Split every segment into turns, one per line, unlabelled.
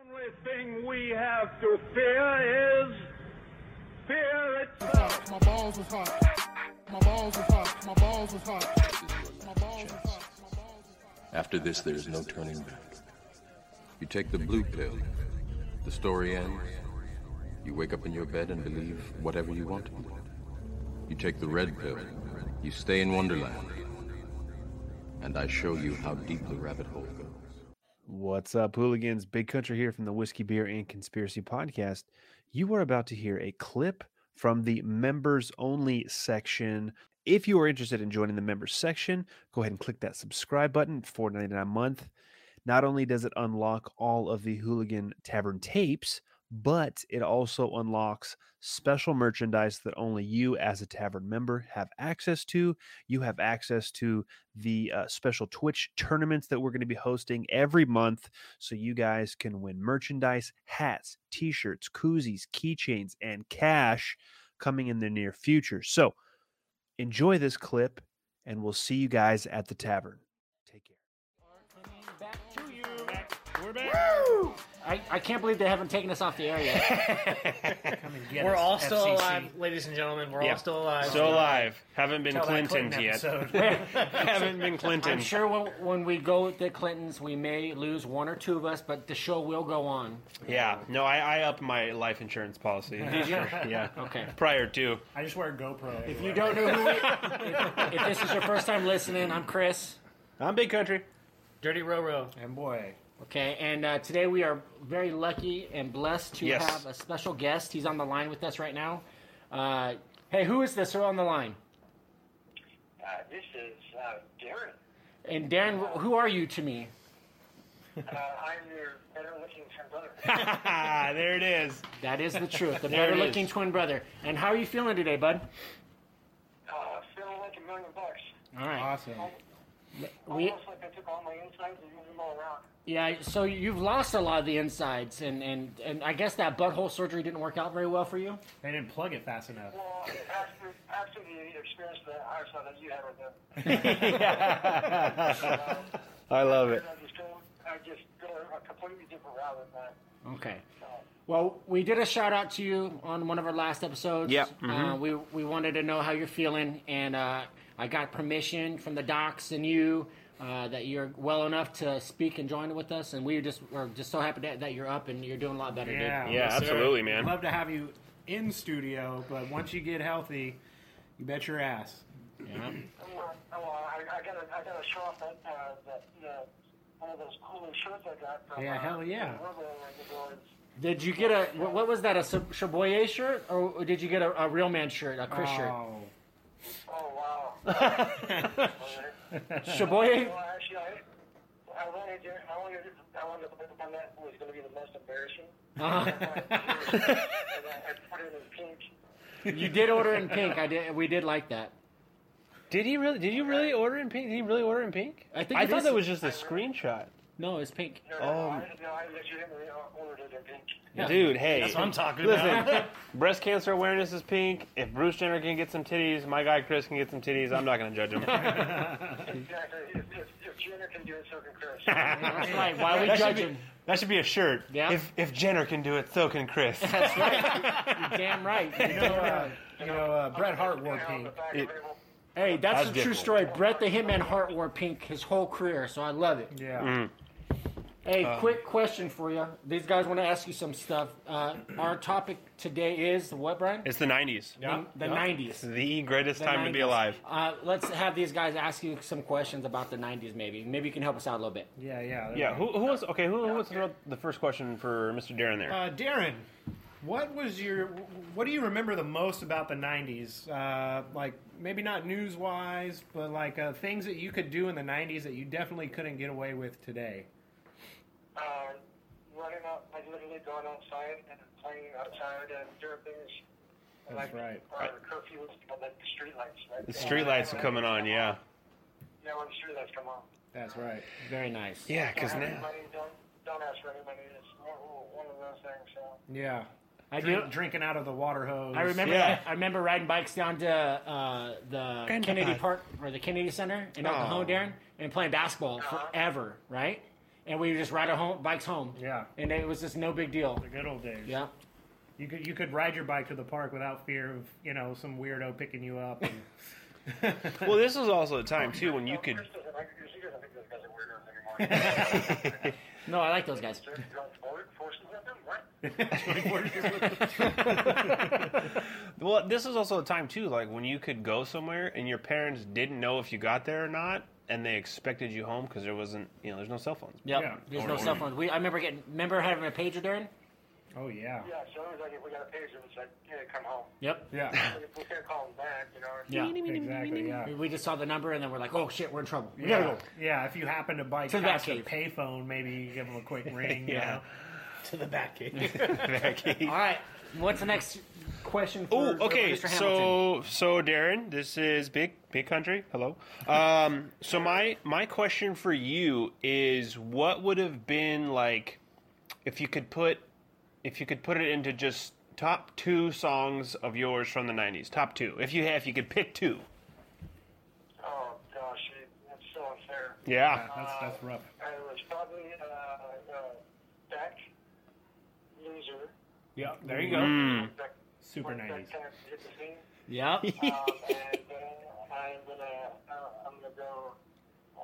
only thing we have to fear is fear itself.
hot. My balls was hot. My balls was hot. My balls was hot. My balls was hot. My balls was hot.
After this, there's no turning back. You take the blue pill. The story ends. You wake up in your bed and believe whatever you want to believe. You take the red pill. You stay in Wonderland. And I show you how deep the rabbit hole goes.
What's up, hooligans? Big Country here from the Whiskey, Beer, and Conspiracy Podcast. You are about to hear a clip from the members only section. If you are interested in joining the members section, go ahead and click that subscribe button, four ninety nine a month. Not only does it unlock all of the Hooligan Tavern tapes, but it also unlocks special merchandise that only you, as a tavern member, have access to. You have access to the uh, special Twitch tournaments that we're going to be hosting every month. So you guys can win merchandise, hats, t shirts, koozies, keychains, and cash coming in the near future. So enjoy this clip, and we'll see you guys at the tavern. Take care.
Back to you. We're back. I, I can't believe they haven't taken us off the air yet.
We're all still alive, ladies and gentlemen. We're
Yeah.
all still alive.
Still alive. Haven't been
Tell that
Clintoned yet.
episode.
Haven't been
I'm
Clinton.
sure when, when we go with the Clintons, we may lose one or two of us, but the show will go on.
Yeah. No, I, I upped my life insurance policy. Did
you?
Yeah.
Okay.
Prior to.
I just wear a GoPro.
If you don't know who we if, if this is your first time listening, I'm Chris.
I'm big country.
Dirty row row.
and boy,
Okay, and uh, today we are very lucky and blessed to
Yes.
have a special guest. He's on the line with us right now. Uh, hey, who is this? Who on the line?
Uh, this is uh, Darren.
And Darren, wh- who are you to me?
Uh, I'm your better-looking twin brother.
Ah, there it is.
That is the truth. The
There it
better-looking
is.
twin brother. And how are you feeling today, bud?
Uh, feeling like a million bucks.
All right.
awesome.
We-
Almost like I took all my insides and moved them all around.
Yeah, so you've lost a lot of the insides, and, and, and I guess that butthole surgery didn't work out very well for you.
They didn't plug it fast enough.
Well, after, after the experience that I saw that you had with them,
I love it.
I just go, I just go a completely different route with that.
Okay. Well, we did a shout out to you on one of our last episodes.
Yep.
Uh, we we wanted to know how you're feeling, and uh, I got permission from the docs and you uh, that you're well enough to speak and join with us, and we just we're just so happy that, that you're up and you're doing a lot better,
Yeah,
Yeah,
yes, sir.
absolutely, man.
Love to have you in studio, but once you get healthy, you bet your ass.
dude. Yeah.
Well, uh, well I, I gotta, I gotta show off that, uh, that, uh, one of those cool new shirts I got from.
Yeah,
uh,
hell yeah.
Row Row and the boys.
Did you get a what, what was that a Sub- Chaboyer shirt or did you get a, a real man shirt, a Chris shirt?
Oh,
Oh wow. Uh,
Chaboyer.
Well, actually, I, I wanted to, I wanted to, I wanted to put the one that was going to be the most embarrassing. and I, I put it in pink.
You did order in pink. I did. We did like that.
Did he really? Did you really order in pink? Did he really order in pink?
I think it is-
just a screenshot.
No, it's pink.
No, no, I, no, I legitimately ordered it in pink.
Yeah.
Dude, hey. That's
what I'm talking
Listen,
about.
breast cancer awareness is pink. If Bruce Jenner can get some titties, my guy Chris can get some titties. I'm not going to judge him.
Exactly. If, if, if Jenner can do it, so can Chris.
That's right. Why are we
That should be-
judging?
That should be a shirt.
Yeah.
If, if Jenner can do it, so can Chris.
You're damn right. You're
you know,
damn
uh,
right.
you know uh, Bret Hart wore
Now,
pink.
the back of it will-
Hey, that's
That's
a true
different.
story. Brett the Hitman Hart wore pink his whole career, so I love it.
Yeah,
Mm.
Hey,
Uh.
quick question for you. These guys want to ask you some stuff. Uh, our topic today is what, Brian?
It's the 90s.
Um, the '90s.
The greatest
The
time to be
90s.
alive.
Uh, let's have these guys ask you some questions about the '90s. Maybe, maybe you can help us out a little bit.
yeah, yeah. there
Yeah,
we
who, who was okay? Who, who was the first question for Mr. Darren there?
go. Uh, Darren, what was your? What do you remember the most about the '90s? Uh, like maybe not news-wise, but like uh, things that you could do in the '90s that you definitely couldn't get away with today.
Uh, running out, like literally going outside and playing outside and doing things.
That's
like,
right.
Uh, curfews, but like the streetlights. Right?
the streetlights are coming on, yeah.
Yeah, when the streetlights come on.
That's right.
Very nice.
Yeah, because
Don't have any
now.
money, don't, don't ask for any money. It's one- one of those things. So.
Yeah.
I do.
Drink, drinking out of the water hose.
I remember.
Yeah.
I remember riding bikes down to uh, the
Oh.
Kennedy Park or the Kennedy Center in Oklahoma, Darren, and playing basketball forever. Right? and we would just ride our home bikes home.
Yeah.
and it was just no big deal.
The good old days.
Yeah,
You could you could ride your bike to the park without fear of you know some weirdo picking you up. And,
Well, this was also a time too when you could.
Chris doesn't like you guys. I think those guys are weirdos anymore.
no, I like those guys.
They're drunk forward, forces with them. What?
Well, this was also a time too, like when you could go somewhere and your parents didn't know if you got there or not, and they expected you home because there wasn't, you know, there's no cell phones.
Yep.
Yeah.
There's no cell phones. We I remember getting remember having a pager during.
oh yeah.
Yeah, so it was like, we got a pager that said, yeah, come home.
Yep.
Yeah.
Like, if we can't call them back, you know.
Yeah.
Exactly. Yeah.
We just saw the number and then we're like, oh shit, we're in trouble. We gotta
Yeah.
go.
yeah, if you happen to bike
To the
past a
Batcave.
payphone, maybe you give them a quick ring. you
Yeah.
know?
to the back gate.
All right. What's the next question? For,
Oh,
for
okay.
Mr. Hamilton?
So, so Darren, this is big, big country. Hello. Um, so my my question for you is, what would have been like if you could put if you could put it into just top two songs of yours from the '90s? Top two, if you had, if you could pick two.
Oh, gosh, it, that's so unfair.
Yeah.
That's that's rough.
I was probably uh, uh, Beck, loser.
Yeah. There you go.
Mm.
Beck,
Hmm. Super nineties.
Beck kind of hit the scene.
Yep.
Um, and then I'm gonna uh, I'm gonna go uh,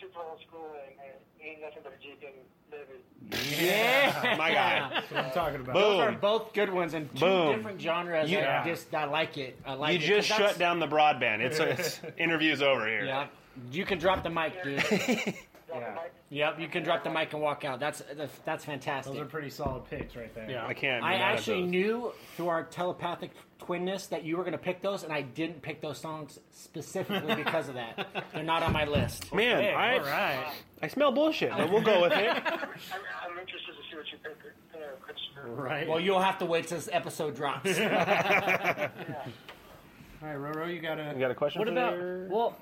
super old school and, and ain't nothing but a Jeep and baby.
yeah.
My guy.
That's what I'm talking about.
Those are
Boom.
both good ones and two
Boom.
different genres.
You-
Yeah. I just I like it. I like
You
it.
just
'Cause
shut
that's-
down the broadband. It's, uh, it's interviews over here.
Yeah. You can drop the mic, dude.
Yeah.
yep. You can drop the mic and walk out. That's that's, that's fantastic.
Those are pretty solid picks right there.
I can't. be
I
mad at
actually
those.
knew through our telepathic twinness that you were going to pick those, and I didn't pick those songs specifically because of that. They're not on my list.
Man,
Hey,
I
all right.
I smell bullshit, but we'll go with it.
I'm, I'm interested to see what you pick, you know, Christopher.
Right.
Well, you'll have to wait till this episode drops.
All right, Roro, you got
You
a.
got a question?
What
for
about
there?
well?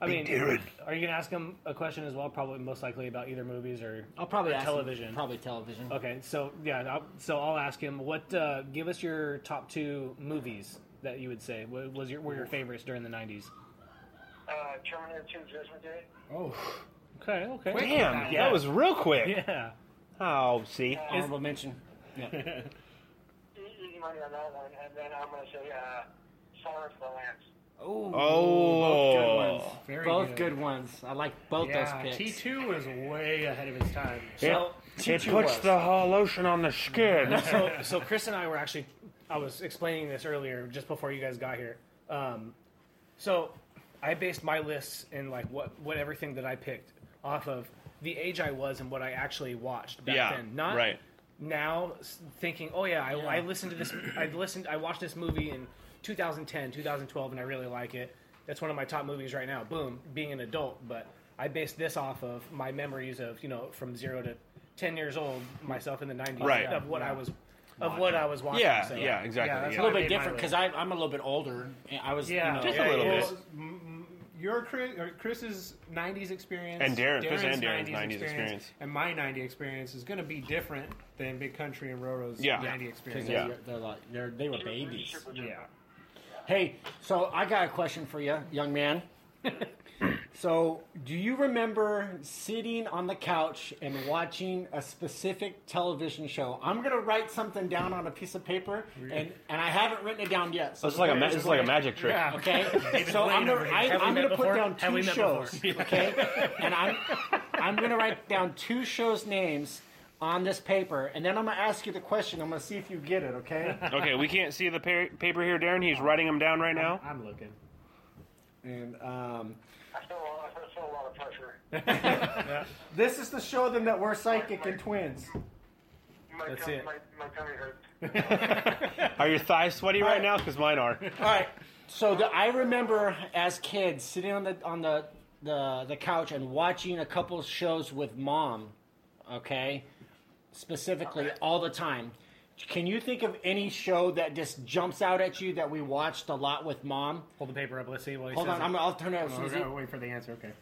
I mean, are you gonna ask him a question as well? Probably, most likely about either movies or
I'll probably
or
ask him-
television.
Probably television.
Okay, so yeah, I'll, so I'll ask him what. Uh, give us your top two movies that you would say wa- was your were your favorites during the '90s.
Uh, Terminator 2 Judgment Day.
Oh.
Okay, okay,
Damn,
Yeah.
that was real quick.
yeah.
Oh, see,
Honorable mention.
E- Easy money on that one. And then I'm gonna say uh, Silence of the Lambs.
Ooh,
Oh.
both good ones.
Very
both
good.
good. ones. I like both
Yeah.
those
Ah, T
picks.
two was way ahead of his time.
So, T2 was.
uh, lotion on the skin.
so, so Chris and I were actually, I was explaining this earlier, just before you guys got here. Um, so, I based my lists and like what what everything that I picked off of the age I was and what I actually watched back
Yeah,
then. Not
right.
now s- thinking, oh yeah, I, I listened to this, I listened, I watched this movie in 2010, 2012, and I really like it. That's one of my top movies right now. Boom, being an adult, but I based this off of my memories of you know from zero to ten years old, myself in the 90s,
Right.
of what I was, of what I was watching.
Yeah,
so.
yeah,
Yeah,
exactly.
that's
Yeah.
a little
I
bit
made my
different because
list.
I'm a little bit older. I was, you
Yeah.
know,
Just a little
well,
bit.
m- m- Your Chris, or Chris's '90s experience
And Darren- Chris and Darren's 90s experience.
and my '90s experience is going to be different than Big Country and Roro's
Yeah.
'90
because
experience.
Yeah.
they're, they're like they're, they were babies.
Super
Yeah.
Hey, so I got a question for you, young man. so, do you remember sitting on the couch and watching a specific television show? I'm gonna write something down on a piece of paper, and, and I haven't written it down yet. So
It's like a ma- it's like a magic trick.
Yeah.
Okay, so I'm
Blaine over
gonna,
here.
I,
Have we
am
met
gonna put
before?
down
Have
two
we met
shows,
before?
okay, and I'm I'm gonna write down two shows names on this paper, and then I'm gonna ask you the question. I'm gonna see if you get it, okay?
Okay, we can't see the pa- paper here, Darren. He's writing them down right now.
I'm looking.
And um,
I feel, a lot- I feel a lot of pressure.
this is to show them that we're psychic and twins.
My
That's
tummy,
it.
My, my tummy hurts.
Are your thighs sweaty right now? Because mine are.
All right. So the, I remember as kids sitting on the on the, the the couch and watching a couple shows with mom. Okay, specifically all the time. Can you think of any show that just jumps out at you that we watched a lot with mom?
Hold the paper up. Let's see what he
Hold
says.
on, I'm, I'll turn it.
Oh,
Over.
we gotta wait for the answer. Okay.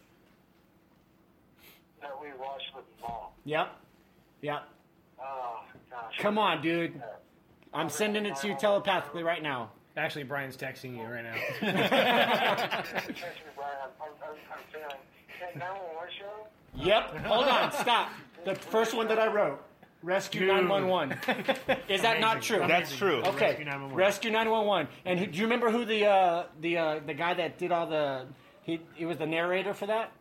That Uh, we watched with mom.
Yep, yep.
Oh gosh.
Come on, dude. I'm sending it to you telepathically right now.
Actually, Brian's texting you right now.
Trust me, Brian, I'm, I'm, I'm, I'm failing. That 911 show,
Yep. Hold on. Stop. The first one that I wrote, Rescue
Dude.
911. Is that not true?
That's true.
okay.
Rescue 911.
Rescue 911. And who, do you remember who the uh, the uh, the guy that did all the he he was the narrator for that?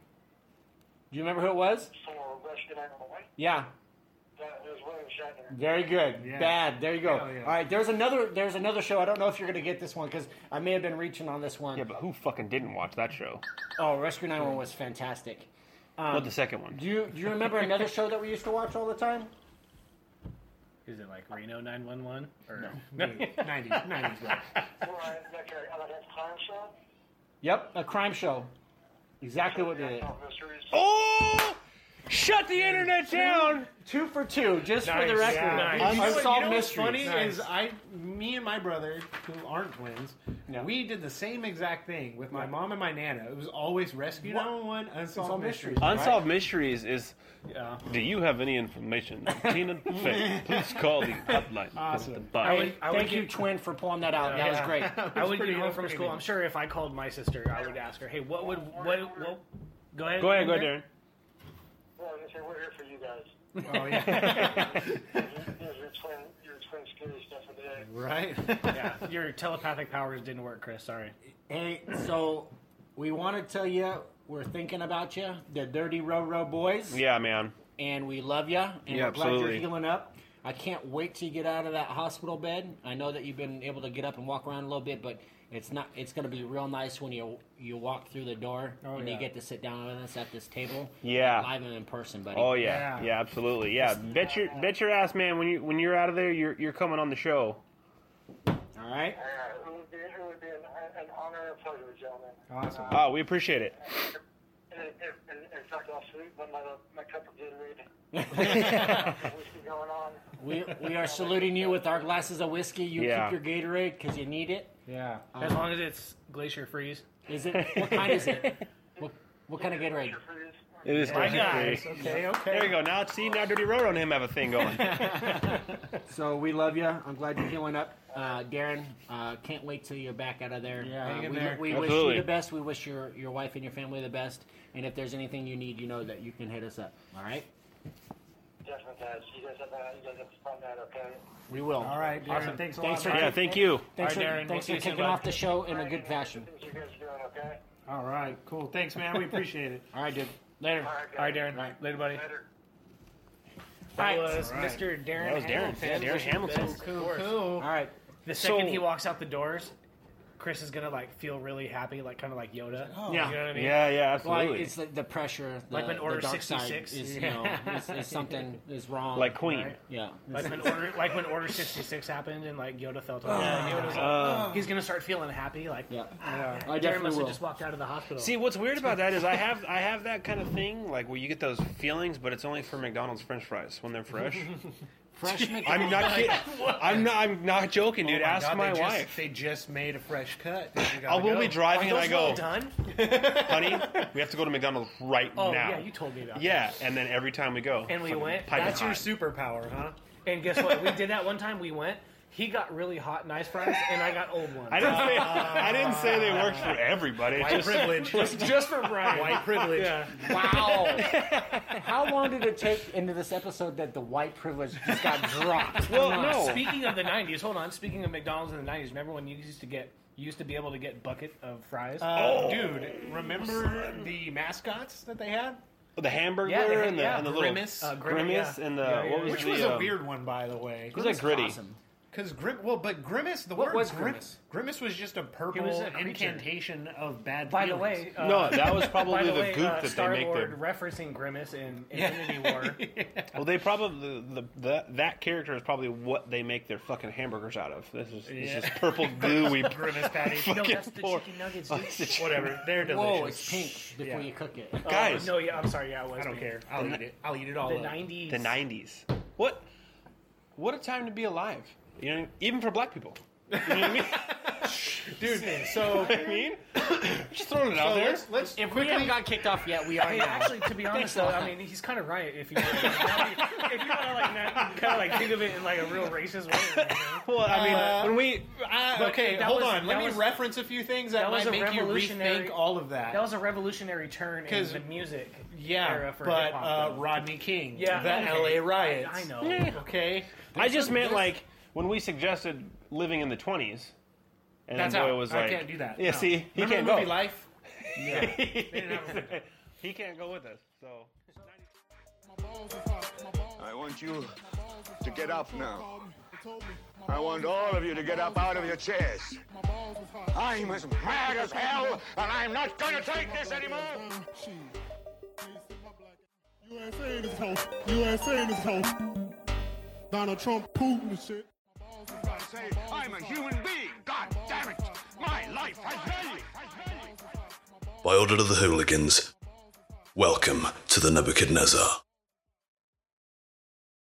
Do you remember who it was?
for Rescue 911.
Yeah.
That is William Shatner.
Very good. Bad. There you go.
Hell yeah.
All right. There's another. There's another show. I don't know if you're gonna get this one because I may have been reaching on this one.
Yeah, but who fucking didn't watch that show?
Oh, Rescue 911 was fantastic.
Not the second one.
Um, Do you do you remember another show that we used to watch all the time?
Is it like Reno 911 or
Nineties, nineties.
Right, like a, like a crime show.
Yep, a crime show. Exactly what they did.
Oh, mysteries.
Oh! Shut the internet down!
Two for two, just for the record.
yeah.
Un-
You know what-
Unsolved
you know what's
mysteries.
funny is I, me and my brother, who aren't twins, we did the same exact thing with my mom and my nana. It was always rescue 911, unsolved,
Unsolved
mysteries.
mysteries.
right?
Unsolved Mysteries is. Do you have any information? on Tina, Fey? please call the hotline.
Awesome.
Bye.
Hey,
I would
thank
get-
you, twin, for pulling that out. That was great.
I would
pretty-
get home
that's
from
pretty
school.
good.
I'm sure if I called my sister, I would ask her, "Hey, what would what? what go ahead.
Go ahead, go ahead,
Well, they say we're here for you guys.
Oh, yeah.
Here's your twin, your twin scary stuff of the day.
right?
Yeah, your telepathic powers didn't work, Chris. Sorry.
Hey, so we want to tell you we're thinking about you, the Dirty Row Row Boys,
Darren. Yeah, man.
and we love you, and
Yeah,
we're glad
absolutely.
you're healing up. I can't wait till you get out of that hospital bed. I know that you've been able to get up and walk around a little bit, but it's not. It's going to be real nice when you you walk through the door and you
yeah.
get to sit down with us at this table.
Yeah.
live and in person, buddy.
Oh yeah,
Yeah.
yeah, absolutely. Yeah, bet your bet your ass, man. When you when you're out of there, you're you're coming on the show.
All right.
Uh, it would be, it would be an, an honor and pleasure, gentlemen.
Awesome.
Oh, we appreciate it.
In, in, in, in fact, I'll salute my, my, my cup of Gatorade. Whiskey going on.
We, we are saluting you with our glasses of whiskey. You
Yeah.
keep your Gatorade because you need it.
Yeah.
As long as it's glacier freeze.
Is it what kind is it? What, what kind of Gatorade?
Your freeze.
It is
My
great.
guy.
Okay, okay.
There you go. Now see now Dirty Road on him have a thing going.
So we love you. I'm glad you're healing up, uh, Darren. Uh, can't wait till you're back out of there.
Yeah,
Uh,
hang in
we
there.
we wish you
Absolutely.
the best. We wish your your wife and your family the best. And if there's anything you need, you know that you can hit us up. All right.
Definitely, guys. You guys have a, you guys have a fun night, okay?
We will.
All right, Darren.
Awesome.
Thanks a
Thanks
lot.
for
yeah, thank you.
thanks
All right,
for,
Darren, we'll
thanks
see you
for
soon,
kicking
bud.
off the show in a good fashion.
Things you guys are doing, okay?
All right, cool. Thanks, man. We appreciate it.
All right, dude.
Later.
All right, guys.
All right, Darren.
Right.
Later, buddy.
Later.
That
All right.
was Mr. Darren.
That was Darren.
Hamilton.
Yeah, Darren Hamilton.
Best, of course.
All
Cool.
right.
The second
So-
he walks out the doors, Chris is gonna like feel really happy, like kind of like Yoda.
Oh,
Yeah.
You know what I mean?
Yeah, yeah,
Well,
absolutely.
it's the, the pressure. The,
Like when Order
the dark
66.
side is, you know, is, is something is wrong.
like Queen.
yeah.
Like when Order, like when Order 66 happened, and like Yoda felt. Like, Yoda's like,
Uh,
he's gonna start feeling happy. Like,
Yeah.
"Ah,
I
Darren
definitely
must
will.
have just walked out of the hospital.
See, what's weird about that is I have I have that kind of thing like where you get those feelings, but it's only for McDonald's French fries when they're fresh.
Fresh McDonald's.
I'm not kidding. I'm not. I'm not joking, dude. Ask
Oh God,
my
they just-
wife.
they just made a fresh cut.
I will be driving and I go,
done?
honey, we have to go to McDonald's right
Oh
now.
yeah, you told me that.
Yeah, and then every time we go,
And we
fucking
went.
piping
That's your
hot.
superpower, huh?
And guess what? We did that one time. We went. He got really hot, nice fries, and I got old ones.
I didn't say. I didn't say they worked for everybody. It's just-
privilege.
just for Brian.
White privilege.
Wow. How long did it take into this episode that the white privilege just got dropped?
well,
Come on.
no.
Speaking of the '90s, hold on. Speaking of McDonald's in the '90s, remember when you used to get you used to be able to get bucket of fries?
Uh, Dude, remember the mascots that they had?
the hamburger
Yeah, they had-
and the,
yeah,
and the little
Grimace.
Uh, Grimace,
grimace
yeah.
and the
Yeah, yeah,
what
yeah.
was
Which
the,
was a
um,
weird one, by the way.
It was like gritty.
Awesome.
Because Grim, well, but Grimace, the word
was
Grim-
Grimace?
Grimace was just a purple
was a creature.
incantation of bad.
By the
feelings.
way, uh,
No, that was probably
by the,
the
way,
goop
uh,
that
Star
they make
Lord
there.
referencing Grimace in Infinity War.
Well, they probably the, the, the that character is probably what they make their fucking hamburgers out of. This is this is purple gooey.
Grimace patty,
No,
Fucking
that's the
poor.
chicken nuggets.
Oh,
Dude.
it's the-
whatever. They're delicious.
Whoa, Oh, it's pink before you cook it.
Guys,
no, yeah, I'm sorry. Yeah, I was.
I don't
being-
care. I'll eat it. I'll eat it all.
The
up.
'90s.
the nineties. What? What a time to be alive. You know, even for black people. You know what I mean?
dude. So
I mean, just throwing it out
So
there.
let's, let's
If we
quickly.
haven't got kicked off yet, we are
Hey,
now.
actually, to be honest, though, I mean, he's kind of right. If you if you want to like not, kind of like think of it in like a real racist way. or anything.
Well, I mean,
Uh,
when we
Ah,
But
okay,
that
hold
was-
on. Let
that
me
was-
reference a few things that,
that was
might
a
make you
revolutionary-
rethink all of that.
That was a revolutionary turn in
'Cause-
the music
yeah,
era for
but
hip-hop,
uh,
though.
Rodney King,
Yeah,
the
okay.
LA riots.
I know.
Okay,
I just meant like when we suggested living in the twenties, and
that's
then
how
Boy was like,
I can't do that.
Yeah,
No.
see, he
Remember
can't
the movie
go.
Life.
he can't go with us. So
I want you to get up now. I want all of you to get up out of your chairs. I'm as mad as hell, and I'm not gonna take this anymore!
USA in his house. USA in his house. Donald Trump, Putin, and shit.
I say, I'm a human being, god damn it! My life has value!
By order of the hooligans, welcome to the Nebuchadnezzar.